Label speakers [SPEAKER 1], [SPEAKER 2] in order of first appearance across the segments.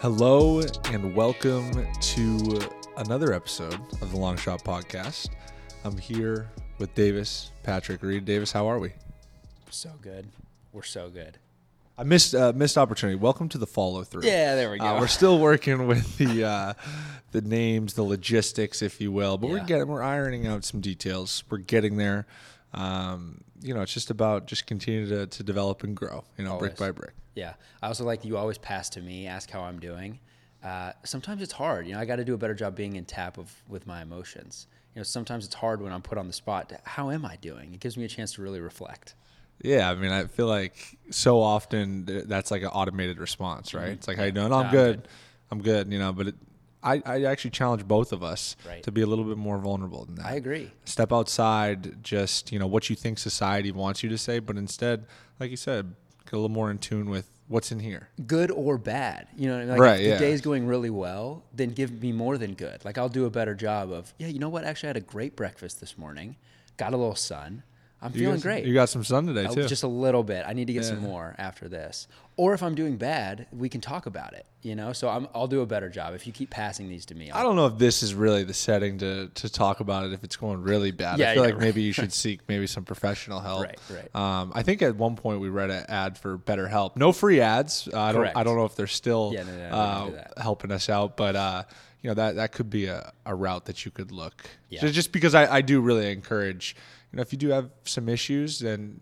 [SPEAKER 1] Hello and welcome to another episode of the Long Shot Podcast. I'm here with Davis, Patrick, Reed. Davis, how are we?
[SPEAKER 2] So good. We're so good.
[SPEAKER 1] I missed uh, missed opportunity. Welcome to the follow through.
[SPEAKER 2] Yeah, there we go.
[SPEAKER 1] Uh, we're still working with the uh, the names, the logistics, if you will, but we're
[SPEAKER 2] Yeah.
[SPEAKER 1] getting we're ironing out some details. We're getting there. Um, you know, it's just about just continue to, to develop and grow. You know, brick
[SPEAKER 2] Always.
[SPEAKER 1] by brick.
[SPEAKER 2] Yeah. I also like you always pass to me, ask how I'm doing. Uh, sometimes it's hard. You know, I got to do a better job being in tap of with my emotions. You know, sometimes it's hard when I'm put on the spot. to, How am I doing? It gives me a chance to really reflect.
[SPEAKER 1] Yeah, I mean, I feel like so often th- that's like an automated response, right? It's like, "How you doing? "Oh, I'm
[SPEAKER 2] Mm-hmm. I'm
[SPEAKER 1] good. I'm good," you know. But it, I, I actually challenge both of us
[SPEAKER 2] Right.
[SPEAKER 1] to be a little bit more vulnerable than that.
[SPEAKER 2] I agree.
[SPEAKER 1] Step outside, just you know what you think society wants you to say, but instead, like you said, get a little more in tune with what's in here.
[SPEAKER 2] Good or bad. You know, what I mean? like
[SPEAKER 1] Right,
[SPEAKER 2] if the
[SPEAKER 1] yeah.
[SPEAKER 2] day's going really well, then give me more than good. Like I'll do a better job of, yeah, you know what? Actually, I had a great breakfast this morning. Got a little sun. I'm
[SPEAKER 1] you
[SPEAKER 2] feeling
[SPEAKER 1] got,
[SPEAKER 2] great.
[SPEAKER 1] You got some sun today
[SPEAKER 2] Uh,
[SPEAKER 1] too.
[SPEAKER 2] Just a little bit. I need to get some more after this. Or if I'm doing bad, we can talk about it. You know, so I'm, I'll do a better job if you keep passing these to me.
[SPEAKER 1] I
[SPEAKER 2] I'll,
[SPEAKER 1] don't know if this is really the setting to to talk about it if it's going really bad. I
[SPEAKER 2] Yeah,
[SPEAKER 1] feel
[SPEAKER 2] yeah,
[SPEAKER 1] like maybe you should seek maybe some professional help.
[SPEAKER 2] Right, right.
[SPEAKER 1] Um, I think at one point we read an ad for Better Help. No free ads. Uh, I don't. I
[SPEAKER 2] Correct.
[SPEAKER 1] don't know if they're still
[SPEAKER 2] Yeah, no, no, no, we don't
[SPEAKER 1] uh,
[SPEAKER 2] do that.
[SPEAKER 1] helping us out, but uh, you know that that could be a, a route that you could look.
[SPEAKER 2] Yeah.
[SPEAKER 1] So just because I, I do really encourage, you know, if you do have some issues, then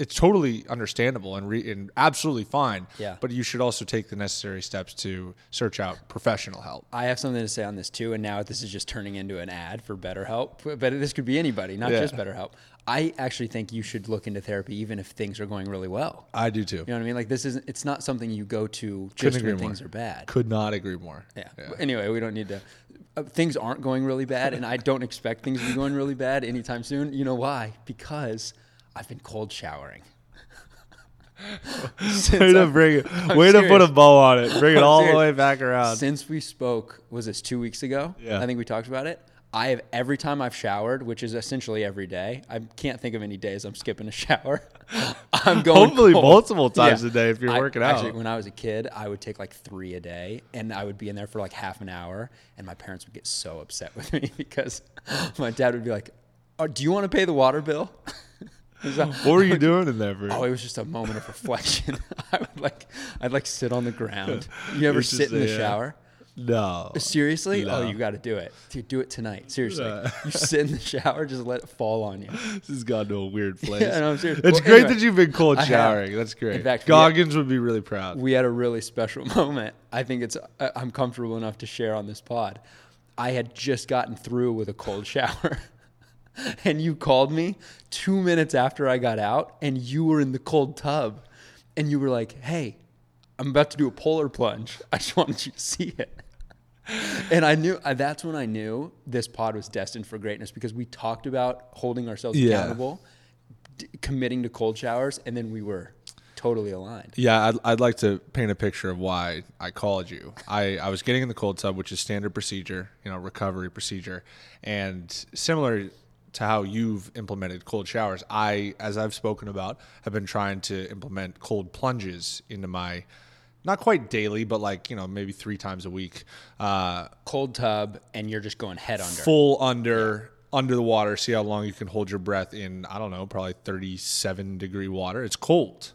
[SPEAKER 1] it's totally understandable and re- and absolutely fine.
[SPEAKER 2] Yeah.
[SPEAKER 1] But you should also take the necessary steps to search out professional help.
[SPEAKER 2] I have something to say on this too. And now this is just turning into an ad for BetterHelp. But this could be anybody, not
[SPEAKER 1] Yeah.
[SPEAKER 2] just BetterHelp. I actually think you should look into therapy even if things are going really well.
[SPEAKER 1] I do too.
[SPEAKER 2] You know what I mean? Like this isn't. It's not something you go to just
[SPEAKER 1] agree
[SPEAKER 2] when
[SPEAKER 1] more.
[SPEAKER 2] things are bad.
[SPEAKER 1] Could not agree more.
[SPEAKER 2] Yeah. Anyway, we don't need to. Uh, things aren't going really bad, and I don't expect things to be going really bad anytime soon. You know why? Because I've been cold showering.
[SPEAKER 1] Way
[SPEAKER 2] since,
[SPEAKER 1] to
[SPEAKER 2] I-
[SPEAKER 1] bring it. way to put a
[SPEAKER 2] serious.
[SPEAKER 1] bow on it. Bring it
[SPEAKER 2] I'm
[SPEAKER 1] all the
[SPEAKER 2] serious.
[SPEAKER 1] way back around.
[SPEAKER 2] since we spoke, was this two weeks ago?
[SPEAKER 1] Yeah.
[SPEAKER 2] I think we talked about it. I have every time I've showered, which is essentially every day. I can't think of any days I'm skipping a shower. I'm going
[SPEAKER 1] Hopefully
[SPEAKER 2] cold.
[SPEAKER 1] multiple times a day if you're working out.
[SPEAKER 2] Actually, when I was a kid, I would take like three a day, and I would be in there for like half an hour, and my parents would get so upset with me because my dad would be like, oh, "Do you want to pay the water bill?" It was like-
[SPEAKER 1] What were you doing in there, bro?
[SPEAKER 2] Oh, it was just a moment of reflection. I would like, I'd like sit on the ground. You ever
[SPEAKER 1] It's just
[SPEAKER 2] sit in the
[SPEAKER 1] a, uh,
[SPEAKER 2] shower?
[SPEAKER 1] no.
[SPEAKER 2] Seriously?
[SPEAKER 1] No.
[SPEAKER 2] Oh, you got to do it. Dude, do it tonight. Seriously.
[SPEAKER 1] No.
[SPEAKER 2] You sit in the shower, just let it fall on you.
[SPEAKER 1] This has gone to a weird place.
[SPEAKER 2] Yeah, no, I'm serious.
[SPEAKER 1] It's
[SPEAKER 2] Well,
[SPEAKER 1] great
[SPEAKER 2] anyway,
[SPEAKER 1] that you've been cold
[SPEAKER 2] I have.
[SPEAKER 1] showering. That's great.
[SPEAKER 2] In fact, we-
[SPEAKER 1] Goggins would be really proud.
[SPEAKER 2] we had a really special moment. I think it's I- I'm comfortable enough to share on this pod. I had just gotten through with a cold shower. and you called me 2 minutes after I got out and you were in the cold tub and you were like, "Hey, I'm about to do a polar plunge. I just wanted you to see it." And I knew I- that's when I knew this pod was destined for greatness because we talked about holding ourselves
[SPEAKER 1] Yeah.
[SPEAKER 2] accountable, d- committing to cold showers, and then we were totally aligned.
[SPEAKER 1] Yeah, I'd, I'd like to paint a picture of why I called you. I, I was getting in the cold tub, which is standard procedure, you know, recovery procedure. And similar to how you've implemented cold showers, I, as I've spoken about, have been trying to implement cold plunges into my, not quite daily, but like, you know, maybe three times a week. Uh,
[SPEAKER 2] cold tub and you're just going head under.
[SPEAKER 1] full under under the water see how long you can hold your breath in i don't know probably 37 degree water it's cold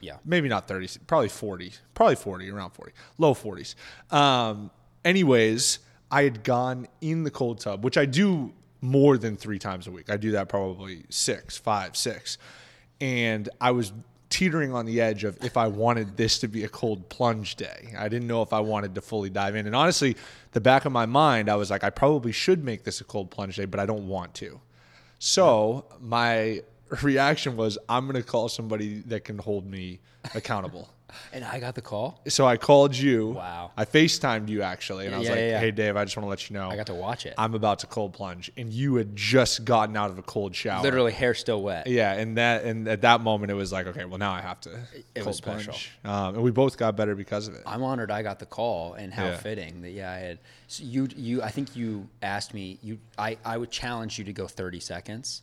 [SPEAKER 2] Yeah.
[SPEAKER 1] maybe not 30 probably 40 probably 40 around 40 low 40s um, anyways i had gone in the cold tub which i do more than three times a week i do that probably six five six and i was teetering on the edge of if i wanted this to be a cold plunge day i didn't know if i wanted to fully dive in and honestly the back of my mind i was like i probably should make this a cold plunge day but i don't want to so my reaction was, I'm going to call somebody that can hold me accountable.
[SPEAKER 2] And I got the call.
[SPEAKER 1] so I called you.
[SPEAKER 2] Wow.
[SPEAKER 1] I FaceTimed you actually, and I was
[SPEAKER 2] Yeah,
[SPEAKER 1] like,
[SPEAKER 2] yeah, yeah.
[SPEAKER 1] "Hey Dave, I just want to let you know
[SPEAKER 2] I got to watch it.
[SPEAKER 1] I'm about to cold plunge," and you had just gotten out of a cold shower.
[SPEAKER 2] Literally hair still wet.
[SPEAKER 1] Yeah, and that and at that moment it was like, okay, well now I have to.
[SPEAKER 2] It was special.
[SPEAKER 1] um, and we both got better because of it.
[SPEAKER 2] I'm honored I got the call and how
[SPEAKER 1] Yeah.
[SPEAKER 2] fitting that yeah I had so you you I think you asked me you I I would challenge you to go 30 seconds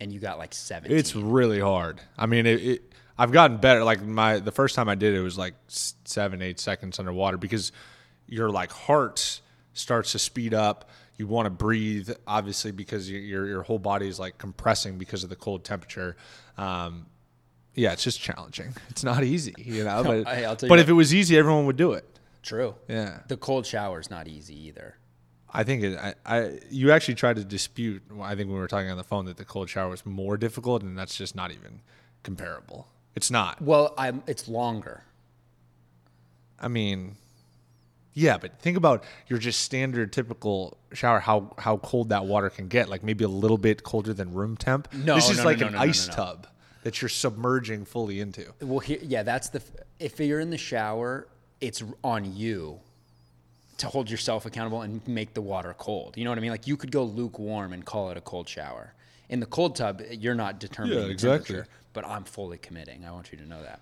[SPEAKER 2] and you got like 17.
[SPEAKER 1] It's really hard. I mean, it, it. I've gotten better. Like my the first time I did it was like s- seven, eight seconds underwater because your like heart starts to speed up. You want to breathe, obviously, because your your, your whole body is like compressing because of the cold temperature. Um, yeah, it's just challenging. It's not easy, you know. But,
[SPEAKER 2] Hey, I'll tell you
[SPEAKER 1] but
[SPEAKER 2] what.
[SPEAKER 1] if it was easy, everyone would do it.
[SPEAKER 2] True.
[SPEAKER 1] Yeah,
[SPEAKER 2] The cold shower's not easy either.
[SPEAKER 1] I think it, I, I you actually tried to dispute. I think when we were talking on the phone that the cold shower was more difficult, and that's just not even comparable. It's not.
[SPEAKER 2] Well, I'm. It's longer.
[SPEAKER 1] I mean, yeah, but think about your just standard typical shower. How how cold that water can get? Like maybe a little bit colder than room temp.
[SPEAKER 2] No,
[SPEAKER 1] this is
[SPEAKER 2] no, no,
[SPEAKER 1] like
[SPEAKER 2] no,
[SPEAKER 1] an
[SPEAKER 2] no, no, no,
[SPEAKER 1] ice
[SPEAKER 2] no.
[SPEAKER 1] tub that you're submerging fully into.
[SPEAKER 2] Well, here, yeah, that's the. f- If you're in the shower, it's on you to hold yourself accountable and make the water cold. You know what I mean? Like you could go lukewarm and call it a cold shower. In the cold tub, you're not determining
[SPEAKER 1] Yeah,
[SPEAKER 2] the
[SPEAKER 1] exactly.
[SPEAKER 2] temperature, but I'm fully committing. I want you to know that.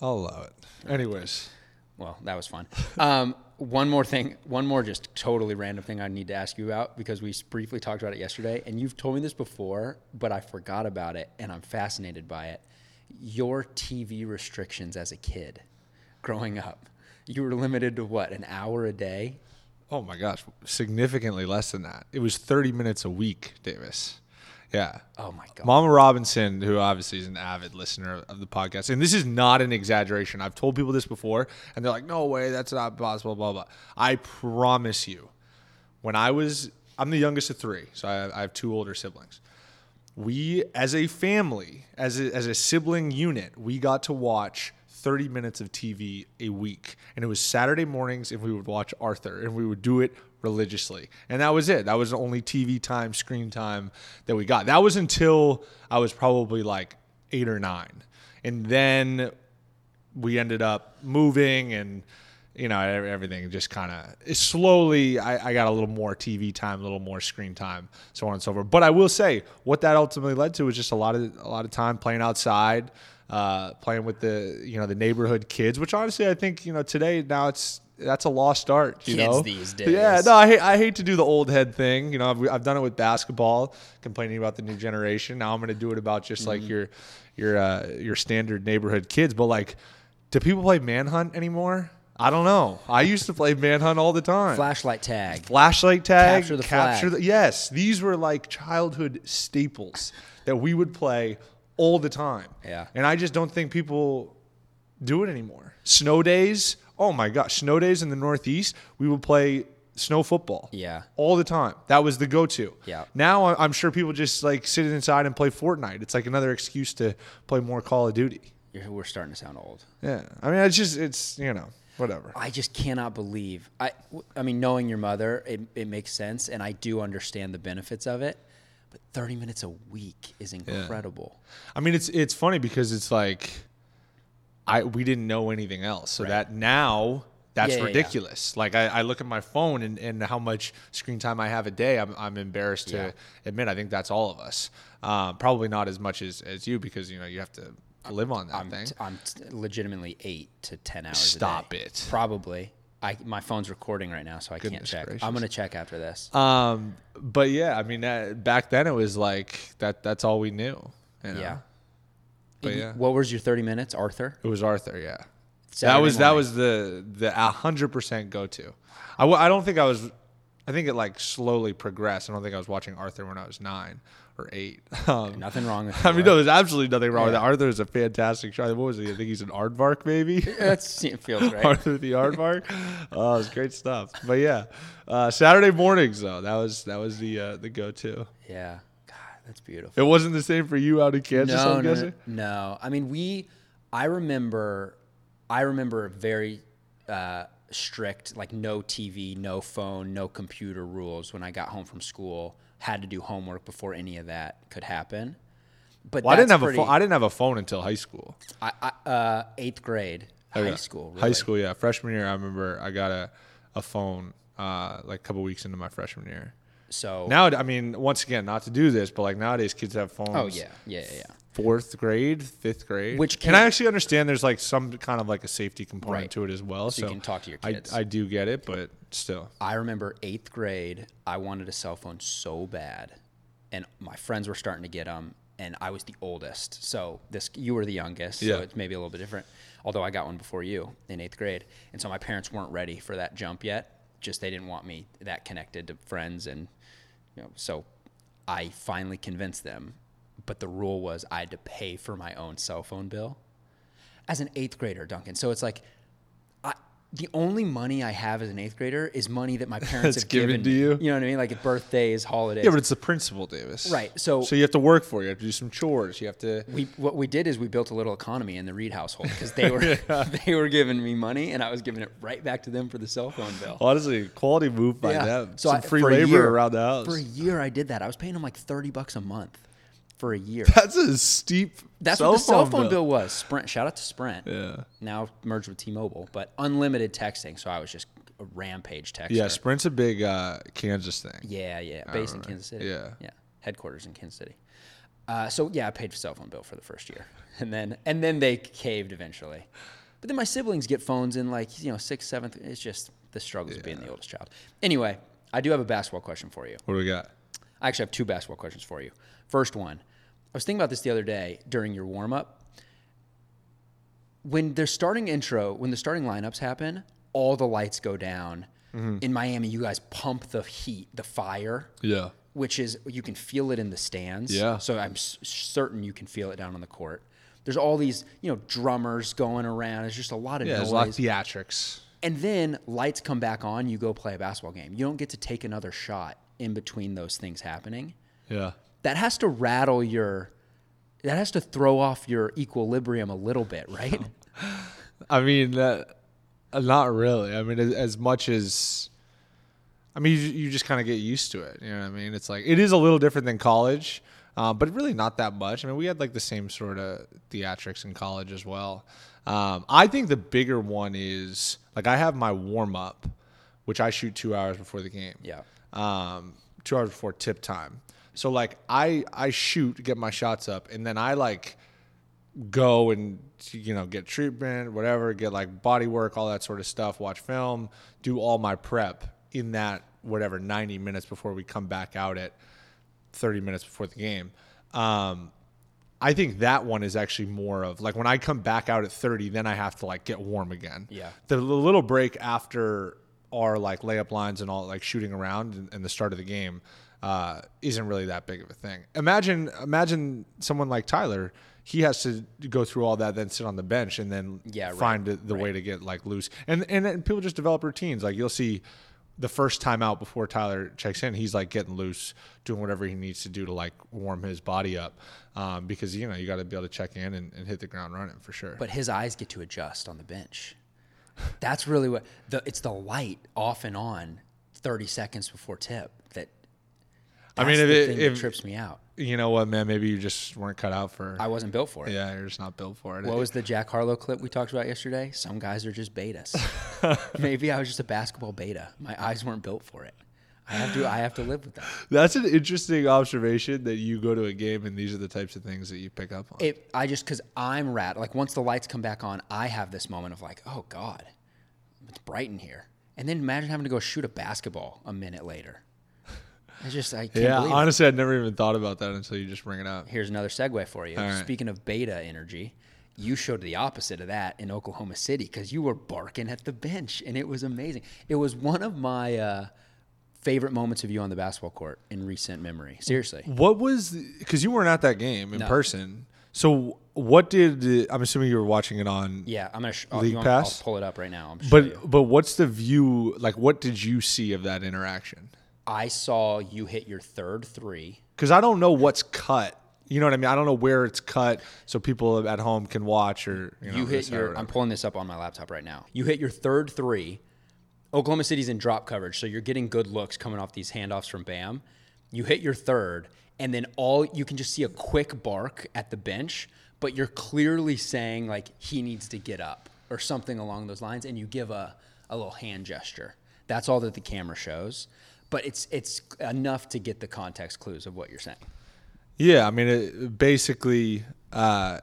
[SPEAKER 1] I'll allow it. Anyways,
[SPEAKER 2] Well, that was fun. Um, one more thing, one more just totally random thing I need to ask you about because we s- briefly talked about it yesterday, and you've told me this before, but I forgot about it, and I'm fascinated by it. Your TV restrictions as a kid, growing up, you were limited to what an hour a day.
[SPEAKER 1] oh my gosh, significantly less than that. It was 30 minutes a week, Davis. Yeah.
[SPEAKER 2] Oh my god!
[SPEAKER 1] Mama Robinson, who obviously is an avid listener of the podcast, and this is not an exaggeration. I've told people this before, and they're like, "No way, that's not possible." Blah blah. I promise you, when I was, I'm the youngest of three, so I, I have two older siblings. We, as a family, as a, as a sibling unit, we got to watch 30 minutes of TV a week, and it was Saturday mornings, and we would watch Arthur, and we would do it religiously, and that was it. That was the only TV time, screen time that we got. That was until I was probably like eight or nine, and then we ended up moving and you know ev- everything just kind of slowly I, I got a little more tv time a little more screen time so on and so forth but i will say what that ultimately led to was just a lot of a lot of time playing outside uh, playing with the you know the neighborhood kids which honestly i think you know today now it's that's a lost art you
[SPEAKER 2] Kids
[SPEAKER 1] know
[SPEAKER 2] these
[SPEAKER 1] yeah
[SPEAKER 2] days.
[SPEAKER 1] no I hate, I hate to do the old head thing you know I've, I've done it with basketball complaining about the new generation now i'm going to do it about just like your your uh, your standard neighborhood kids but like do people play manhunt anymore? I don't know. I used to play manhunt all the time.
[SPEAKER 2] Flashlight tag.
[SPEAKER 1] Flashlight tag,
[SPEAKER 2] Capture the flag.
[SPEAKER 1] yes, these were like childhood staples that we would play all the time.
[SPEAKER 2] Yeah.
[SPEAKER 1] and I just don't think people do it anymore. Snow days. Oh my gosh, snow days in the Northeast. We would play snow football.
[SPEAKER 2] Yeah.
[SPEAKER 1] all the time. That was the go-to.
[SPEAKER 2] Yeah.
[SPEAKER 1] Now I- I'm sure people just like sit inside and play Fortnite. It's like another excuse to play more Call of Duty.
[SPEAKER 2] You're- We're starting to sound old.
[SPEAKER 1] Yeah. I mean, it's just, it's, you know, whatever.
[SPEAKER 2] I just cannot believe. I, I mean, knowing your mother, it, it makes sense, and I do understand the benefits of it. But 30 minutes a week is incredible.
[SPEAKER 1] I mean, it's, it's funny because it's like, I, we didn't know anything else. So that now that's
[SPEAKER 2] Yeah, yeah, yeah.
[SPEAKER 1] ridiculous. Like I, I look at my phone and, and how much screen time I have a day. I'm, I'm embarrassed to
[SPEAKER 2] Yeah.
[SPEAKER 1] admit. I think that's all of us. Um, probably not as much as, as you, because you know, you have to live on that
[SPEAKER 2] I'm,
[SPEAKER 1] thing.
[SPEAKER 2] t- I'm t- legitimately eight to 10 hours.
[SPEAKER 1] Stop
[SPEAKER 2] a day.
[SPEAKER 1] it.
[SPEAKER 2] Probably. I my phone's recording right now, so I
[SPEAKER 1] Goodness
[SPEAKER 2] can't check.
[SPEAKER 1] gracious.
[SPEAKER 2] I'm gonna check after this.
[SPEAKER 1] Um, but yeah, I mean, that, back then it was like that, that's all we knew. you know?
[SPEAKER 2] yeah.
[SPEAKER 1] but
[SPEAKER 2] Y-
[SPEAKER 1] yeah.
[SPEAKER 2] What was your 30 minutes, Arthur?
[SPEAKER 1] It was Arthur, yeah.
[SPEAKER 2] Saturday
[SPEAKER 1] that was that
[SPEAKER 2] morning.
[SPEAKER 1] was the the hundred percent go to. I, w- I don't think I was. I think it like slowly progressed. I don't think I was watching Arthur when I was nine or eight. Um,
[SPEAKER 2] Nothing wrong with
[SPEAKER 1] I mean,
[SPEAKER 2] that.
[SPEAKER 1] no, there's absolutely nothing wrong with that. Arthur is a fantastic show. What was he? I think he's an aardvark, maybe.
[SPEAKER 2] That's, it feels right.
[SPEAKER 1] Arthur the aardvark. oh, it's great stuff. But yeah, uh, Saturday mornings though that was that was the uh, the go to.
[SPEAKER 2] Yeah. God, that's beautiful.
[SPEAKER 1] It wasn't the same for you out in Kansas. I'm
[SPEAKER 2] no,
[SPEAKER 1] guessing.
[SPEAKER 2] no, no. I mean, we. I remember. I remember a very uh, strict, like no TV, no phone, no computer rules. When I got home from school, had to do homework before any of that could happen. But
[SPEAKER 1] Well, I didn't
[SPEAKER 2] that's
[SPEAKER 1] have
[SPEAKER 2] pretty,
[SPEAKER 1] a phone. I didn't have a phone until high school.
[SPEAKER 2] I, I, uh, eighth grade, high
[SPEAKER 1] Oh, Yeah.
[SPEAKER 2] school,
[SPEAKER 1] High
[SPEAKER 2] really.
[SPEAKER 1] school, yeah. Freshman year, I remember I got a, a phone uh, like a couple weeks into my freshman year.
[SPEAKER 2] So
[SPEAKER 1] Now, I mean, once again, not to do this, but like nowadays, kids have phones.
[SPEAKER 2] oh yeah, yeah, yeah, yeah.
[SPEAKER 1] Fourth grade, fifth grade.
[SPEAKER 2] Which
[SPEAKER 1] and I
[SPEAKER 2] can-
[SPEAKER 1] actually understand there's like some kind of like a safety component
[SPEAKER 2] Right.
[SPEAKER 1] to it as well. So,
[SPEAKER 2] you can talk to your
[SPEAKER 1] I-
[SPEAKER 2] kids.
[SPEAKER 1] I, do get it, but still.
[SPEAKER 2] I remember eighth grade, I wanted a cell phone so bad, and my friends were starting to get them, and I was the oldest. So this you were the youngest.
[SPEAKER 1] Yeah.
[SPEAKER 2] So it's maybe a little bit different. Although I got one before you in eighth grade, and so my parents weren't ready for that jump yet. Just they didn't want me that connected to friends, and you know, so I finally convinced them. But the rule was I had to pay for my own cell phone bill as an eighth grader, Duncan. So it's like. I The only money I have as an eighth grader is money that my parents
[SPEAKER 1] That's
[SPEAKER 2] have given,
[SPEAKER 1] given to
[SPEAKER 2] me.
[SPEAKER 1] you?
[SPEAKER 2] You know what I mean? Like at birthdays, holidays.
[SPEAKER 1] Yeah, but it's the principal, Davis.
[SPEAKER 2] Right, so-
[SPEAKER 1] so you have to work for it. You have to do some chores. You have to.
[SPEAKER 2] we what we did is we built a little economy in the Reed household because they were they were giving me money and I was giving it right back to them for the cell phone bill.
[SPEAKER 1] Honestly, quality move by them.
[SPEAKER 2] So
[SPEAKER 1] some
[SPEAKER 2] I-
[SPEAKER 1] free
[SPEAKER 2] for a
[SPEAKER 1] labor
[SPEAKER 2] year-
[SPEAKER 1] around the house.
[SPEAKER 2] For a year, I did that. I was paying them like thirty bucks a month for a year.
[SPEAKER 1] That's a steep.
[SPEAKER 2] That's
[SPEAKER 1] cell
[SPEAKER 2] what the cell
[SPEAKER 1] phone
[SPEAKER 2] phone bill. was. Sprint. Shout out to Sprint.
[SPEAKER 1] Yeah.
[SPEAKER 2] Now merged with T-Mobile, but unlimited texting. So I was just a rampage texter.
[SPEAKER 1] Yeah, Sprint's a big uh, Kansas thing.
[SPEAKER 2] Yeah, yeah. Based in Kansas City.
[SPEAKER 1] Yeah.
[SPEAKER 2] Yeah. Headquarters in Kansas City. Uh, so yeah, I paid for cell phone bill for the first year, and then and then they caved eventually. But then my siblings get phones in like you know sixth, seventh. It's just the struggles of being the oldest child. Anyway, I do have a basketball question for you.
[SPEAKER 1] What do we got?
[SPEAKER 2] I actually have two basketball questions for you. First one, I was thinking about this the other day during your warm up. When their starting intro, when the starting lineups happen, all the lights go down. In Miami, you guys pump the heat, the fire
[SPEAKER 1] Yeah.
[SPEAKER 2] which is you can feel it in the stands.
[SPEAKER 1] Yeah.
[SPEAKER 2] So I'm s- certain you can feel it down on the court. There's all these, you know, drummers going around. It's just a lot of
[SPEAKER 1] Yeah,
[SPEAKER 2] noise.
[SPEAKER 1] there's a lot of theatrics.
[SPEAKER 2] and then lights come back on. You go play a basketball game. You don't get to take another shot in between those things happening.
[SPEAKER 1] Yeah.
[SPEAKER 2] That has to rattle your. That has to throw off your equilibrium a little bit, right?
[SPEAKER 1] I mean, that, uh, not really. I mean, as, as much as, I mean, you, you just kind of get used to it. You know what I mean? It's like, it is a little different than college, uh, but really not that much. I mean, we had like the same sort of theatrics in college as well. Um, I think the bigger one is like, I have my warm up, which I shoot two hours before the game.
[SPEAKER 2] Yeah.
[SPEAKER 1] um, two hours before tip time. So like I I shoot, get my shots up, and then I like go and you know get treatment, whatever, get like body work, all that sort of stuff, watch film, do all my prep in that whatever 90 minutes before we come back out at 30 minutes before the game. Um, I think that one is actually more of like when I come back out at 30, then I have to like get warm again.
[SPEAKER 2] Yeah.
[SPEAKER 1] The, the little break after our like layup lines and all like shooting around and, and the start of the game uh, isn't really that big of a thing. Imagine, imagine someone like Tyler. He has to go through all that, then sit on the bench, and then
[SPEAKER 2] Yeah, right,
[SPEAKER 1] find the, the way to get like loose. And, and and people just develop routines. Like you'll see the first time out before Tyler checks in, he's like getting loose, doing whatever he needs to do to like warm his body up, um, because you know you got to be able to check in and, and hit the ground running for sure.
[SPEAKER 2] but his eyes get to adjust on the bench. That's really what the it's the light off and on 30 seconds before tip that
[SPEAKER 1] I mean,
[SPEAKER 2] that's
[SPEAKER 1] if
[SPEAKER 2] the
[SPEAKER 1] it-
[SPEAKER 2] thing that
[SPEAKER 1] if-
[SPEAKER 2] trips me out.
[SPEAKER 1] you know what, man? Maybe you just weren't cut out for.
[SPEAKER 2] I wasn't built for it.
[SPEAKER 1] yeah, you're just not built for it.
[SPEAKER 2] What was the Jack Harlow clip we talked about yesterday? Some guys are just betas. Maybe I was just a basketball beta. My eyes weren't built for it. I have to I have to live with that.
[SPEAKER 1] That's an interesting observation that you go to a game and these are the types of things that you pick up on.
[SPEAKER 2] It I just cause I'm rat like once the lights come back on, I have this moment of like, oh God, it's bright in here. And then imagine having to go shoot a basketball a minute later. It's just I can't
[SPEAKER 1] yeah,
[SPEAKER 2] believe it.
[SPEAKER 1] honestly, I'd never even thought about that until you just bring it up.
[SPEAKER 2] Here's another segue for you.
[SPEAKER 1] right.
[SPEAKER 2] Speaking of beta energy, you showed the opposite of that in Oklahoma City because you were barking at the bench, and it was amazing. It was one of my uh, favorite moments of you on the basketball court in recent memory. Seriously,
[SPEAKER 1] What was because you weren't at that game in person? So what did the, I'm assuming you were watching it on?
[SPEAKER 2] yeah. I'm gonna sh- oh,
[SPEAKER 1] League
[SPEAKER 2] you want- I'll
[SPEAKER 1] pass?
[SPEAKER 2] pull it up right now. I'm
[SPEAKER 1] But but what's the view like? What did you see of that interaction?
[SPEAKER 2] I saw you hit your third three.
[SPEAKER 1] Because I don't know what's cut. You know what I mean? I don't know where it's cut, so people at home can watch or you, know,
[SPEAKER 2] You hit
[SPEAKER 1] decide
[SPEAKER 2] your.
[SPEAKER 1] whatever.
[SPEAKER 2] I'm pulling this up on my laptop right now. You hit your third three. Oklahoma City's in drop coverage, so you're getting good looks coming off these handoffs from Bam. You hit your third, and then all you can just see a quick bark at the bench, but you're clearly saying like he needs to get up or something along those lines, and you give a a little hand gesture. That's all that the camera shows, but it's it's enough to get the context clues of what you're saying.
[SPEAKER 1] Yeah, I mean, it, basically, uh,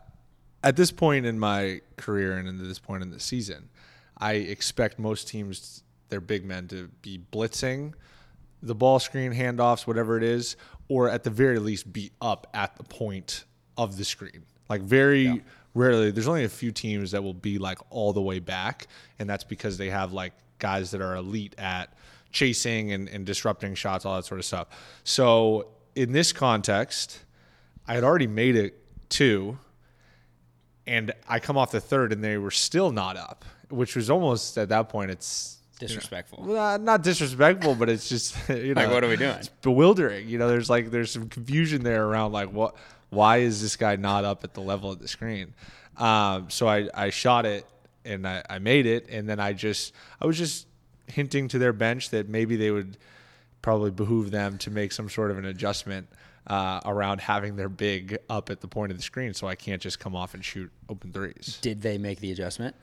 [SPEAKER 1] at this point in my career and at this point in the season, I expect most teams, their big men, to be blitzing the ball screen, handoffs, whatever it is, or at the very least be up at the point of the screen. Like very rarely, there's only a few teams that will be like all the way back, and that's because they have like guys that are elite at chasing and, and disrupting shots, all that sort of stuff. So in this context, I had already made it two and I come off the third, and they were still not up, which was almost at that point. It's
[SPEAKER 2] Disrespectful.
[SPEAKER 1] well, not disrespectful, but it's just you know,
[SPEAKER 2] Like, what are we doing?
[SPEAKER 1] It's bewildering. You know, there's like there's some confusion there around like what, why is this guy not up at the level of the screen? Um, so I I shot it and I, I made it, and then I just I was just hinting to their bench that maybe they would probably behoove them to make some sort of an adjustment. Uh, around having their big up at the point of the screen, so I can't just come off and shoot open threes.
[SPEAKER 2] Did they make the adjustment?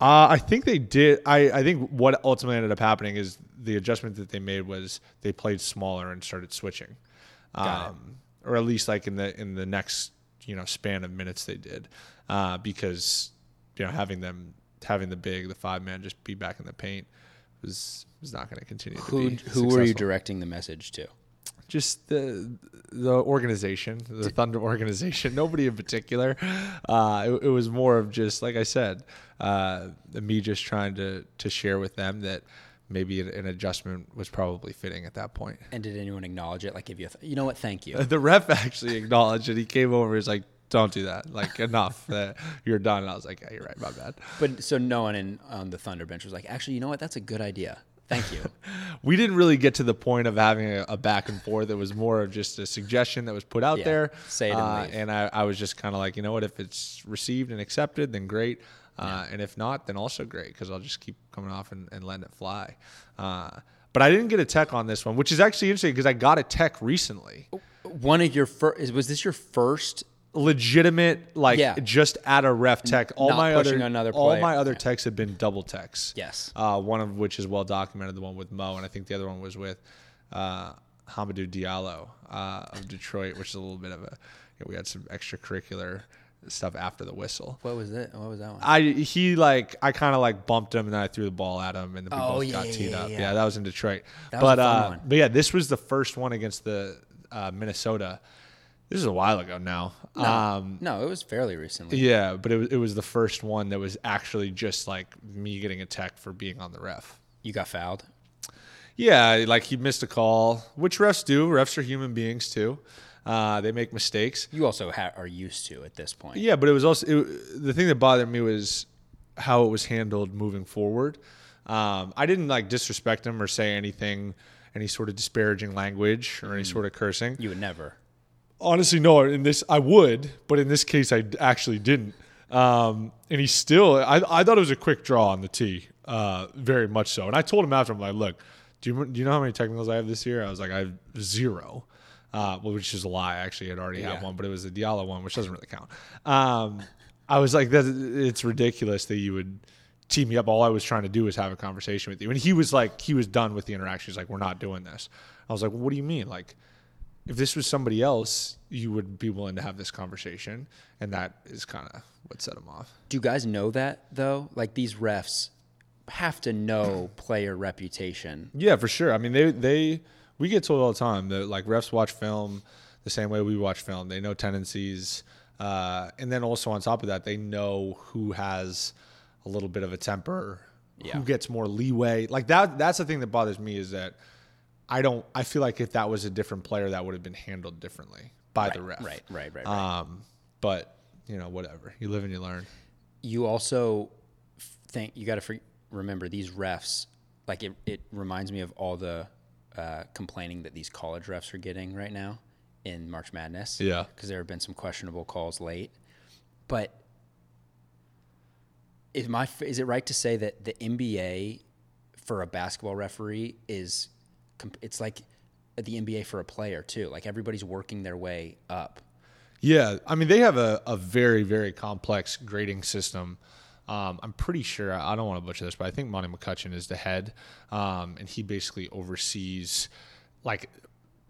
[SPEAKER 1] Uh, I think they did. I, I think what ultimately ended up happening is the adjustment that they made was they played smaller and started switching,
[SPEAKER 2] Got it.
[SPEAKER 1] um, or at least like in the in the next you know span of minutes they did, uh, because you know having them having the big the five man just be back in the paint was was not going to continue.
[SPEAKER 2] Who
[SPEAKER 1] to be
[SPEAKER 2] who were you
[SPEAKER 1] successful.
[SPEAKER 2] directing the message to?
[SPEAKER 1] Just the the organization, the Thunder organization. Nobody in particular. Uh, it, it was more of just like I said, uh, me just trying to to share with them that maybe an, an adjustment was probably fitting at that point.
[SPEAKER 2] And did anyone acknowledge it? Like, give you a th- you know what? Thank you.
[SPEAKER 1] The ref actually acknowledged it. He came over. He's like, "Don't do that. Like enough. That you're done." And I was like, "Yeah, you're right. My bad."
[SPEAKER 2] But so no one in on the Thunder bench was like, actually, you know what? That's a good idea. Thank you.
[SPEAKER 1] we didn't really get to the point of having a, a back and forth. It was more of just a suggestion that was put out
[SPEAKER 2] Yeah.
[SPEAKER 1] there.
[SPEAKER 2] Say it and
[SPEAKER 1] Uh,
[SPEAKER 2] leave.
[SPEAKER 1] and I, I was just kind of like, you know what? If it's received and accepted, then great. Uh, And if not, then also great because I'll just keep coming off and, and letting it fly. Uh, but I didn't get a tech on this one, which is actually interesting because I got a tech recently.
[SPEAKER 2] One of your first was this your first?
[SPEAKER 1] Legitimate, like
[SPEAKER 2] Yeah.
[SPEAKER 1] just at a ref tech. All
[SPEAKER 2] not
[SPEAKER 1] my
[SPEAKER 2] pushing
[SPEAKER 1] other,
[SPEAKER 2] another
[SPEAKER 1] all
[SPEAKER 2] player.
[SPEAKER 1] my other techs have been double techs.
[SPEAKER 2] Yes.
[SPEAKER 1] Uh, one of which is well documented, the one with Mo, and I think the other one was with uh, Hamadou Diallo uh, of Detroit, which is a little bit of a. You know, we had some extracurricular stuff after the whistle.
[SPEAKER 2] What was it? What was that one?
[SPEAKER 1] I he like I kind of like bumped him and then I threw the ball at him and then we
[SPEAKER 2] Oh,
[SPEAKER 1] both
[SPEAKER 2] yeah,
[SPEAKER 1] got
[SPEAKER 2] yeah,
[SPEAKER 1] teed
[SPEAKER 2] yeah,
[SPEAKER 1] up. Yeah.
[SPEAKER 2] yeah.
[SPEAKER 1] that was in Detroit.
[SPEAKER 2] That was a
[SPEAKER 1] but
[SPEAKER 2] fun
[SPEAKER 1] uh,
[SPEAKER 2] one.
[SPEAKER 1] but yeah, this was the first one against the uh, Minnesota. This is a while ago now. Um,
[SPEAKER 2] no, it was fairly recently.
[SPEAKER 1] yeah, but it was, it was the first one that was actually just like me getting attacked for being on the ref.
[SPEAKER 2] You got fouled.
[SPEAKER 1] Yeah, like he missed a call, which refs do. Refs are human beings too. Uh, they make mistakes.
[SPEAKER 2] You also ha- are used to at this point.
[SPEAKER 1] Yeah, but it was also it, the thing that bothered me was how it was handled moving forward. Um, I didn't like disrespect him or say anything, any sort of disparaging language or any sort of cursing.
[SPEAKER 2] You would never.
[SPEAKER 1] Honestly, no. In this, I would, but in this case, I d- actually didn't. Um, and he still, I, I thought it was a quick draw on the tee, uh, very much so. And I told him after, I'm like, look, do you, do you know how many technicals I have this year? I was like, I have zero, uh, well, which is a lie. I actually had already had
[SPEAKER 2] Yeah.
[SPEAKER 1] one, but it was the Diallo one, which doesn't really count. Um, I was like, that, it's ridiculous that you would tee me up. All I was trying to do was have a conversation with you. And he was like, he was done with the interaction. He's like, we're not doing this. I was like, what do you mean? Like, if this was somebody else, you would be willing to have this conversation, and that is kind of what set him off.
[SPEAKER 2] Do you guys know that though? Like these refs have to know player reputation.
[SPEAKER 1] Yeah, for sure. I mean, they they we get told all the time that like refs watch film the same way we watch film. They know tendencies, uh, and then also on top of that, they know who has a little bit of a temper, who gets more leeway. Like that. That's the thing that bothers me is that I don't. I feel like if that was a different player, that would have been handled differently by the ref.
[SPEAKER 2] Right, right, right. right.
[SPEAKER 1] Um, but you know, whatever. You live and you learn.
[SPEAKER 2] you also f- think you got to for- remember these refs. Like it, it reminds me of all the uh, complaining that these college refs are getting right now in March Madness.
[SPEAKER 1] Yeah.
[SPEAKER 2] because there have been some questionable calls late. But is my f- is it right to say that the NBA for a basketball referee is comp- it's like the NBA for a player too. Like everybody's working their way up.
[SPEAKER 1] Yeah, I mean they have a, a very very complex grading system. Um, I'm pretty sure I don't want to butcher this, but I think Monty McCutcheon is the head, um, and he basically oversees like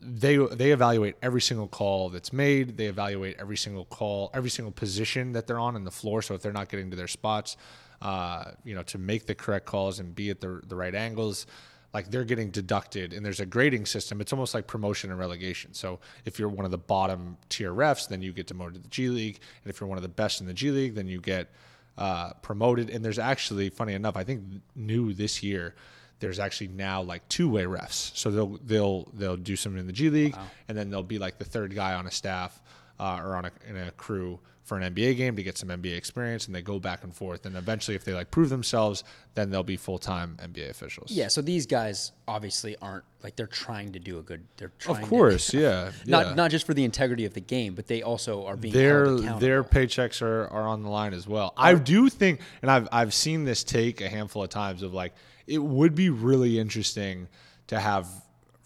[SPEAKER 1] they they evaluate every single call that's made. They evaluate every single call, every single position that they're on in the floor. So if they're not getting to their spots, uh, you know, to make the correct calls and be at the the right angles. like they're getting deducted and there's a grading system. It's almost like promotion and relegation. So if you're one of the bottom tier refs, then you get demoted to the G League. And if you're one of the best in the G League, then you get uh, promoted. And there's actually, funny enough, I think new this year, there's actually now like two way refs. So they'll they'll they'll do something in the G League, and then they'll be like the third guy on a staff uh, or on a, in a crew for an NBA game to get some NBA experience, and they go back and forth. And eventually, if they like prove themselves, then they'll be full time NBA officials.
[SPEAKER 2] Yeah, so these guys obviously aren't like they're trying to do a good. They're trying
[SPEAKER 1] Of
[SPEAKER 2] to-
[SPEAKER 1] course, yeah,
[SPEAKER 2] not
[SPEAKER 1] yeah.
[SPEAKER 2] not just for the integrity of the game, but they also are being
[SPEAKER 1] their
[SPEAKER 2] held accountable.
[SPEAKER 1] their paychecks are, are on the line as well. I do think, and I've I've seen this take a handful of times of like it would be really interesting to have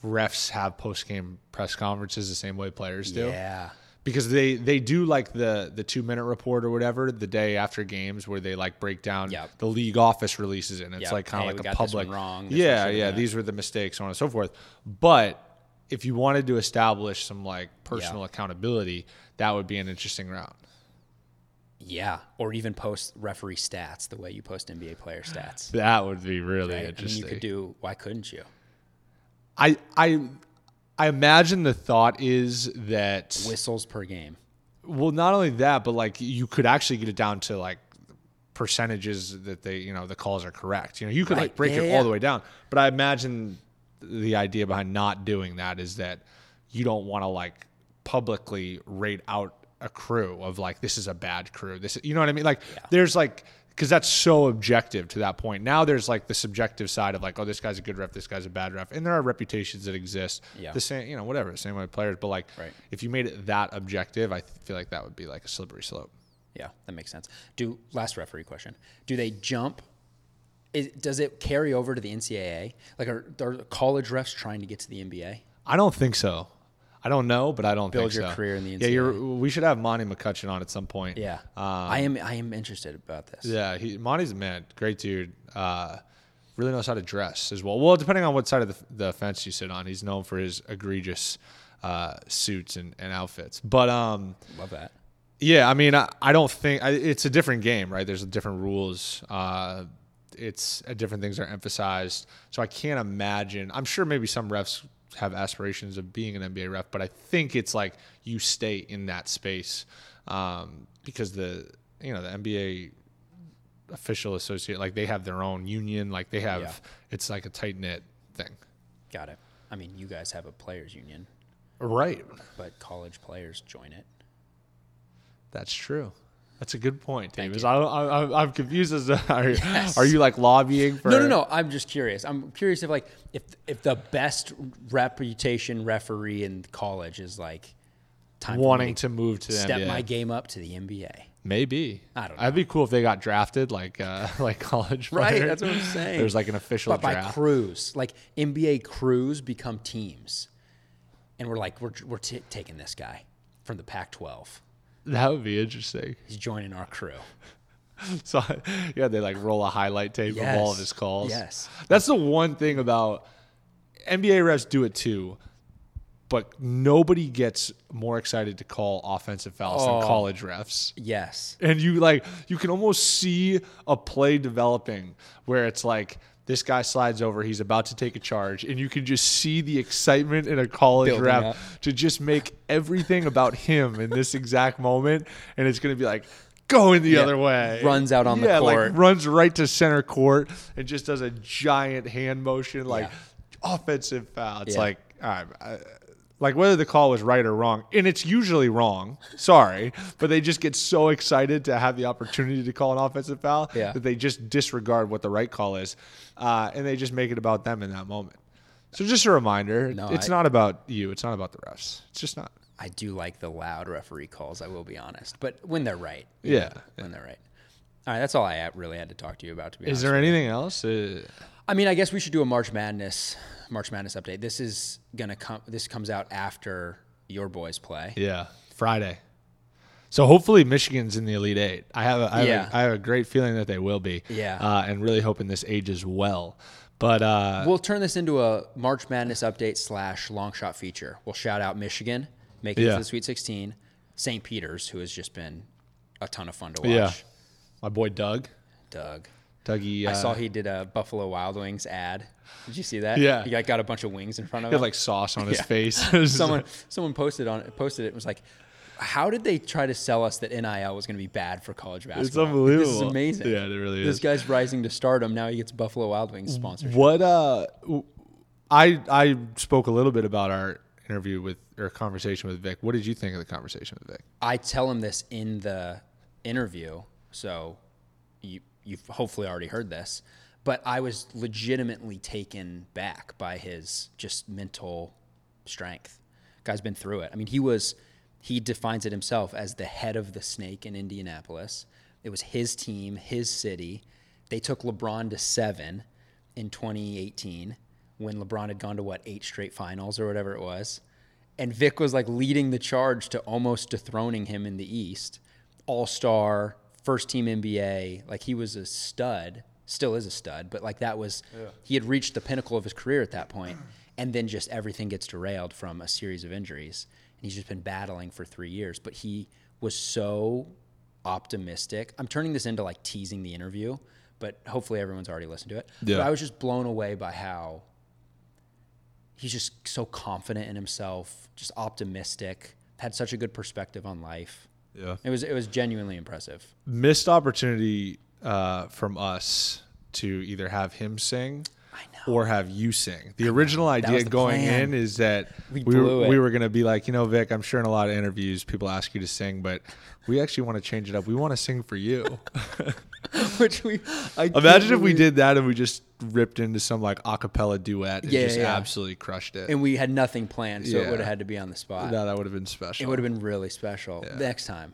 [SPEAKER 1] refs have post game press conferences the same way players do
[SPEAKER 2] yeah.
[SPEAKER 1] because they they do like the the two minute report or whatever the day after games where they like break down
[SPEAKER 2] Yep.
[SPEAKER 1] the league office releases it and it's
[SPEAKER 2] Yep.
[SPEAKER 1] like kind
[SPEAKER 2] Hey,
[SPEAKER 1] of
[SPEAKER 2] we
[SPEAKER 1] like a
[SPEAKER 2] got this one
[SPEAKER 1] public
[SPEAKER 2] wrong, this one
[SPEAKER 1] yeah
[SPEAKER 2] should've
[SPEAKER 1] yeah
[SPEAKER 2] been
[SPEAKER 1] these were the mistakes so on and so forth but if you wanted to establish some like personal accountability that would be an interesting route
[SPEAKER 2] Yeah, or even post referee stats the way you post NBA player stats.
[SPEAKER 1] that would be really
[SPEAKER 2] right? I mean,
[SPEAKER 1] interesting
[SPEAKER 2] you could do. Why couldn't you?
[SPEAKER 1] I I I imagine the thought is that
[SPEAKER 2] Whistles per game.
[SPEAKER 1] well not only that but like you could actually get it down to like percentages that they you know the calls are correct you know you could
[SPEAKER 2] Right.
[SPEAKER 1] like break
[SPEAKER 2] Yeah,
[SPEAKER 1] it
[SPEAKER 2] yeah,
[SPEAKER 1] all
[SPEAKER 2] yeah.
[SPEAKER 1] the way down but i imagine the idea behind not doing that is that you don't want to like publicly rate out a crew of like this is a bad crew this you know what i mean like there's like because that's so objective to that point now there's like the subjective side of like oh this guy's a good ref this guy's a bad ref and there are reputations that exist
[SPEAKER 2] Yeah.
[SPEAKER 1] the same you know whatever same way players but like
[SPEAKER 2] Right.
[SPEAKER 1] if you made it that objective, I th- feel like that would be like a slippery slope.
[SPEAKER 2] Yeah, that makes sense. Do last referee question. Do they jump? Is, does it carry over to the NCAA? Like, are, are college refs trying to get to the NBA?
[SPEAKER 1] I don't think so. I don't know, but I don't
[SPEAKER 2] Build
[SPEAKER 1] think
[SPEAKER 2] your
[SPEAKER 1] so.
[SPEAKER 2] career in the
[SPEAKER 1] yeah. You're, we should have Monty McCutcheon on at some point.
[SPEAKER 2] Yeah,
[SPEAKER 1] Uh,
[SPEAKER 2] I am. I am interested about this.
[SPEAKER 1] yeah. He, Monty's a man, great dude. Uh, really knows how to dress as well. Well, depending on what side of the, the fence you sit on, he's known for his egregious uh, suits and, and outfits. But um,
[SPEAKER 2] Love that.
[SPEAKER 1] Yeah, I mean, I, I don't think I, it's a different game, right? There's different rules. Uh, it's uh, different things are emphasized. So I can't imagine. I'm sure maybe some refs have aspirations of being an NBA ref, but I think it's like you stay in that space um, because the you know the NBA official associate like they have their own union, like they have
[SPEAKER 2] Yeah.
[SPEAKER 1] it's like a tight knit thing,
[SPEAKER 2] Got it. I mean, you guys have a players union,
[SPEAKER 1] right?
[SPEAKER 2] but college players join it.
[SPEAKER 1] That's true. That's a good point, Davis. I, I, I- I'm confused as to are, are you like lobbying for?
[SPEAKER 2] No, no, no. I'm just curious. I'm curious if like if if the best reputation referee in college is like time for me
[SPEAKER 1] Wanting to move to the
[SPEAKER 2] step
[SPEAKER 1] NBA.
[SPEAKER 2] my game up to the NBA.
[SPEAKER 1] Maybe.
[SPEAKER 2] I don't
[SPEAKER 1] That'd be cool if they got drafted like uh, like college.
[SPEAKER 2] Right,
[SPEAKER 1] players.
[SPEAKER 2] that's what I'm saying.
[SPEAKER 1] There's like an official
[SPEAKER 2] But by
[SPEAKER 1] draft.
[SPEAKER 2] crews, like NBA crews become teams, and we're like we're we're t- taking this guy from the Pac-12.
[SPEAKER 1] that would be interesting.
[SPEAKER 2] He's joining our crew.
[SPEAKER 1] So yeah, they like roll a highlight tape of all
[SPEAKER 2] Yes.
[SPEAKER 1] of his calls.
[SPEAKER 2] Yes.
[SPEAKER 1] That's the one thing about NBA refs do it too, but nobody gets more excited to call offensive fouls
[SPEAKER 2] Oh.
[SPEAKER 1] than college refs.
[SPEAKER 2] Yes.
[SPEAKER 1] and you like you can almost see a play developing where it's like this guy slides over he's about to take a charge and you can just see the excitement in a college
[SPEAKER 2] Building
[SPEAKER 1] rep
[SPEAKER 2] up.
[SPEAKER 1] to just make everything about him in this exact moment and it's going to be like going the other way
[SPEAKER 2] Runs out on the
[SPEAKER 1] yeah,
[SPEAKER 2] court.
[SPEAKER 1] like runs right to center court and just does a giant hand motion like offensive foul it's
[SPEAKER 2] Yeah.
[SPEAKER 1] like all right I- like whether the call was right or wrong, and it's usually wrong. Sorry, but they just get so excited to have the opportunity to call an offensive foul
[SPEAKER 2] Yeah.
[SPEAKER 1] that they just disregard what the right call is, uh, and they just make it about them in that moment. So just a reminder,
[SPEAKER 2] No,
[SPEAKER 1] it's
[SPEAKER 2] I-
[SPEAKER 1] not about you. It's not about the refs. It's just not.
[SPEAKER 2] I do like the loud referee calls. I will be honest, but when they're right,
[SPEAKER 1] Yeah.
[SPEAKER 2] when they're right. All right, that's all I really had to talk to you about. To be
[SPEAKER 1] Is
[SPEAKER 2] honest,
[SPEAKER 1] there anything else? Uh,
[SPEAKER 2] I mean, I guess we should do a March Madness March Madness update. This is gonna come. This comes out after your boys play.
[SPEAKER 1] yeah, Friday. So hopefully Michigan's in the Elite Eight. I have a, I have,
[SPEAKER 2] Yeah.
[SPEAKER 1] a, I have a great feeling that they will be.
[SPEAKER 2] Yeah.
[SPEAKER 1] uh, and really hoping this ages well. But uh,
[SPEAKER 2] We'll turn this into a March Madness update slash long shot feature. We'll shout out Michigan making it
[SPEAKER 1] Yeah.
[SPEAKER 2] to the Sweet 16, St. Peter's, who has just been a ton of fun to watch.
[SPEAKER 1] yeah, my boy Doug.
[SPEAKER 2] Doug.
[SPEAKER 1] Dougie, uh,
[SPEAKER 2] I saw he did a Buffalo Wild Wings ad. Did you see that?
[SPEAKER 1] Yeah.
[SPEAKER 2] He like got a bunch of wings in front of
[SPEAKER 1] he had
[SPEAKER 2] him.
[SPEAKER 1] like sauce on his
[SPEAKER 2] Uh-huh. Yeah.
[SPEAKER 1] face.
[SPEAKER 2] someone someone posted on posted it and was like, "How did they try to sell us that NIL was going to be bad for college basketball?
[SPEAKER 1] it's unbelievable.
[SPEAKER 2] This is amazing.
[SPEAKER 1] Yeah, it really
[SPEAKER 2] this
[SPEAKER 1] is. Mm.
[SPEAKER 2] guy's rising to stardom. Now he gets Buffalo Wild Wings sponsorship.
[SPEAKER 1] What uh, w- I I spoke a little bit about our interview with or conversation with Vic. What did you think of the conversation with Vic?
[SPEAKER 2] I tell him this in the interview, so you you've hopefully already heard this, but I was legitimately taken back by his just mental strength. Guy's been through it. I mean, he was he defines it himself as the head of the snake in Indianapolis. It was his team, his city. They took LeBron to 7 in 2018 when LeBron had gone to what, 8 straight finals or whatever it was. And Vic was like leading the charge to almost dethroning him in the East all star, first team NBA. Like he was a stud, still is a stud, but like that was, he had reached the pinnacle of his career at that point, And then just everything gets derailed from a series of injuries. And he's just been battling for three years. But he was so optimistic. I'm turning this into like teasing the interview, but hopefully everyone's already listened to it.
[SPEAKER 1] Yeah.
[SPEAKER 2] But I was just blown away by how he's just so confident in himself, just optimistic, had such a good perspective on life.
[SPEAKER 1] Yeah,
[SPEAKER 2] It was it was genuinely impressive.
[SPEAKER 1] missed opportunity uh, from us to either have him sing. Or have you sing? The original idea
[SPEAKER 2] was the
[SPEAKER 1] going
[SPEAKER 2] plan.
[SPEAKER 1] in is that we,
[SPEAKER 2] We
[SPEAKER 1] were,
[SPEAKER 2] blew it.
[SPEAKER 1] we were going to be like, you know, Vic, I'm sure in a lot of interviews people ask you to sing, but we actually want to change it up. We want to sing for you.
[SPEAKER 2] Which we I can't
[SPEAKER 1] Imagine if we
[SPEAKER 2] believe-
[SPEAKER 1] did that and we just ripped into some like a cappella duet and
[SPEAKER 2] Yeah,
[SPEAKER 1] just
[SPEAKER 2] yeah, yeah.
[SPEAKER 1] absolutely crushed it.
[SPEAKER 2] and we had nothing planned, so
[SPEAKER 1] Yeah.
[SPEAKER 2] it would have had to be on the spot.
[SPEAKER 1] no, that would have been
[SPEAKER 2] It
[SPEAKER 1] special.
[SPEAKER 2] would have been really special. Next time.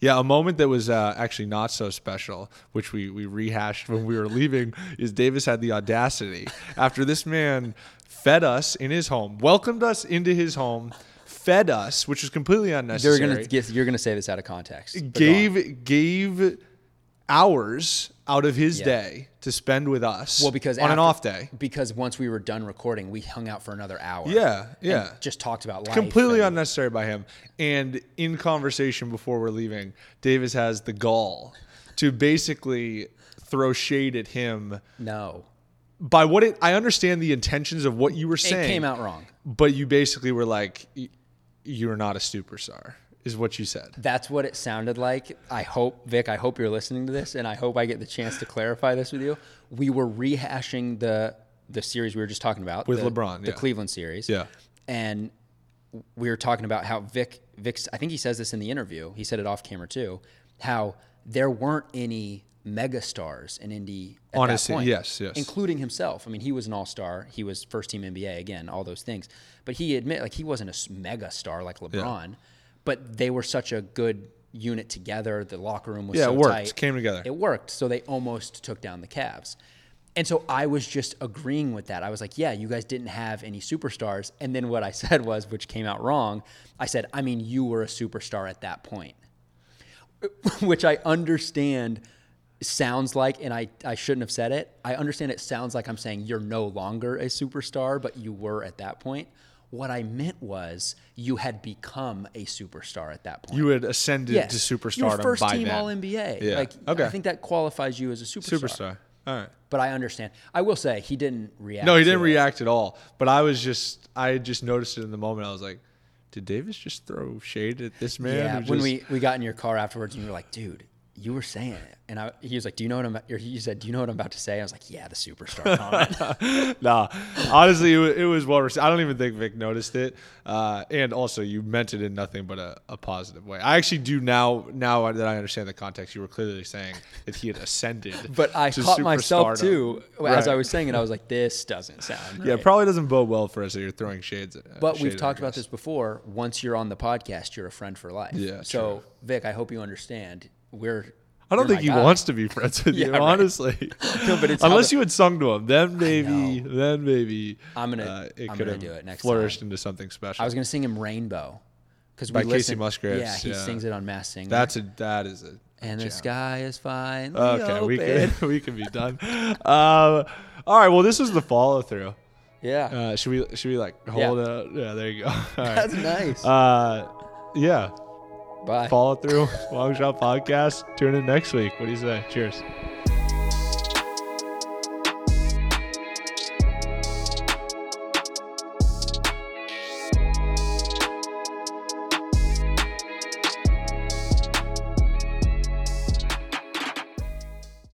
[SPEAKER 1] yeah, a moment that was uh, actually not so special, which we, we rehashed when we were leaving, is Davis had the audacity after this man fed us in his home, welcomed us into his home, fed us, which was completely
[SPEAKER 2] You're
[SPEAKER 1] unnecessary.
[SPEAKER 2] gonna guess, you're gonna say this out of context. but go on.
[SPEAKER 1] gave gave hours out of his
[SPEAKER 2] Yeah.
[SPEAKER 1] day to spend with us.
[SPEAKER 2] well because
[SPEAKER 1] on an
[SPEAKER 2] after-
[SPEAKER 1] off day.
[SPEAKER 2] Because once we were done recording, we hung out for another hour.
[SPEAKER 1] Yeah,
[SPEAKER 2] and
[SPEAKER 1] yeah.
[SPEAKER 2] just talked about life.
[SPEAKER 1] completely
[SPEAKER 2] and-
[SPEAKER 1] unnecessary by him. And in conversation before we're leaving, Davis has the gall to basically throw shade at him
[SPEAKER 2] No.
[SPEAKER 1] by what it. I understand the intentions of what you were saying.
[SPEAKER 2] It came out wrong.
[SPEAKER 1] but you basically were like, "Y- "You're not a superstar," is what you said.
[SPEAKER 2] That's what it sounded like. I hope, Vic, I hope you're listening to this, and I hope I get the chance to clarify this with you. We were rehashing the the series we were just talking about
[SPEAKER 1] With
[SPEAKER 2] the-
[SPEAKER 1] LeBron,
[SPEAKER 2] the
[SPEAKER 1] yeah.
[SPEAKER 2] Cleveland series.
[SPEAKER 1] Yeah.
[SPEAKER 2] and we were talking about how Vic, Vic, I think he says this in the interview. He said it off camera too. How there weren't any megastars in Indy. At
[SPEAKER 1] Honestly,
[SPEAKER 2] that point,
[SPEAKER 1] yes, yes.
[SPEAKER 2] including himself. I mean, he was an all-star. He was first-team NBA again, all those things. But he admit like he wasn't a s- mega star like LeBron, but they were such a good unit together. The locker room was
[SPEAKER 1] Yeah,
[SPEAKER 2] so
[SPEAKER 1] it worked.
[SPEAKER 2] tight.
[SPEAKER 1] Came together.
[SPEAKER 2] It worked. So they almost took down the Cavs. And so I was just agreeing with that. I was like, yeah, you guys didn't have any superstars. And then what I said was, which came out wrong, I said, I mean, you were a superstar at that point, which I understand sounds like, and I, I shouldn't have said it. I understand it sounds like I'm saying you're no longer a superstar, but you were at that point. What I meant was you had become a superstar at that point.
[SPEAKER 1] You had ascended
[SPEAKER 2] Yes.
[SPEAKER 1] to
[SPEAKER 2] You were
[SPEAKER 1] superstardom
[SPEAKER 2] first
[SPEAKER 1] by
[SPEAKER 2] team
[SPEAKER 1] then.
[SPEAKER 2] All NBA.
[SPEAKER 1] Yeah.
[SPEAKER 2] Like
[SPEAKER 1] Okay.
[SPEAKER 2] I think that qualifies you as a superstar.
[SPEAKER 1] Superstar. All right.
[SPEAKER 2] But I understand. I will say he didn't react.
[SPEAKER 1] No, he didn't
[SPEAKER 2] to it.
[SPEAKER 1] react at all. But I was just, I just noticed it in the moment. I was like, did Davis just throw shade at this man?
[SPEAKER 2] Yeah.
[SPEAKER 1] who
[SPEAKER 2] When
[SPEAKER 1] just-
[SPEAKER 2] we, we got in your car afterwards, and you were like, "Dude, you were saying it," and I, he was like, "Do you know what I'm?" Or he said, "Do you know what I'm about to say?" I was like, "Yeah, the superstar comment."
[SPEAKER 1] nah, honestly, it was, it was well received. I don't even think Vic noticed it. Uh, and also, you meant it in nothing but a, a positive way. I actually do now. Now that I understand the context, you were clearly saying that he had ascended.
[SPEAKER 2] but I
[SPEAKER 1] to
[SPEAKER 2] caught myself
[SPEAKER 1] superstardom.
[SPEAKER 2] too as
[SPEAKER 1] Right.
[SPEAKER 2] I was saying it. I was like, "This doesn't sound."
[SPEAKER 1] Yeah,
[SPEAKER 2] right."
[SPEAKER 1] probably doesn't bode well for us that you're throwing shades. at-
[SPEAKER 2] But
[SPEAKER 1] shade
[SPEAKER 2] we've
[SPEAKER 1] at
[SPEAKER 2] talked
[SPEAKER 1] our
[SPEAKER 2] about this before. Once you're on the podcast, you're a friend for life.
[SPEAKER 1] Yeah,
[SPEAKER 2] So, Vic, I hope you understand. We're.
[SPEAKER 1] I don't
[SPEAKER 2] you're
[SPEAKER 1] think
[SPEAKER 2] Oh my
[SPEAKER 1] he
[SPEAKER 2] guy.
[SPEAKER 1] wants to be friends with
[SPEAKER 2] Yeah,
[SPEAKER 1] you,
[SPEAKER 2] right.
[SPEAKER 1] honestly.
[SPEAKER 2] No, but it's how
[SPEAKER 1] Unless
[SPEAKER 2] the-
[SPEAKER 1] you had sung to him, then maybe, then maybe uh,
[SPEAKER 2] I'm gonna-
[SPEAKER 1] it
[SPEAKER 2] I'm
[SPEAKER 1] could
[SPEAKER 2] gonna
[SPEAKER 1] have
[SPEAKER 2] do it next
[SPEAKER 1] flourished into something special.
[SPEAKER 2] I was gonna sing him Rainbow because
[SPEAKER 1] By
[SPEAKER 2] we
[SPEAKER 1] Casey
[SPEAKER 2] listen-
[SPEAKER 1] Musgraves,
[SPEAKER 2] Yeah, he
[SPEAKER 1] yeah.
[SPEAKER 2] sings it on Mass Singer.
[SPEAKER 1] That's a that is a
[SPEAKER 2] and
[SPEAKER 1] a
[SPEAKER 2] the
[SPEAKER 1] jam.
[SPEAKER 2] sky is fine.
[SPEAKER 1] Okay, we can we can be done. Um, all right, well, this is the follow through.
[SPEAKER 2] Yeah,
[SPEAKER 1] Uh, should we should we like hold it? Yeah, there you go. All right.
[SPEAKER 2] that's nice.
[SPEAKER 1] Uh, yeah,
[SPEAKER 2] Bye.
[SPEAKER 1] follow through. Long shot podcast. Tune in next week. What do you say? Cheers.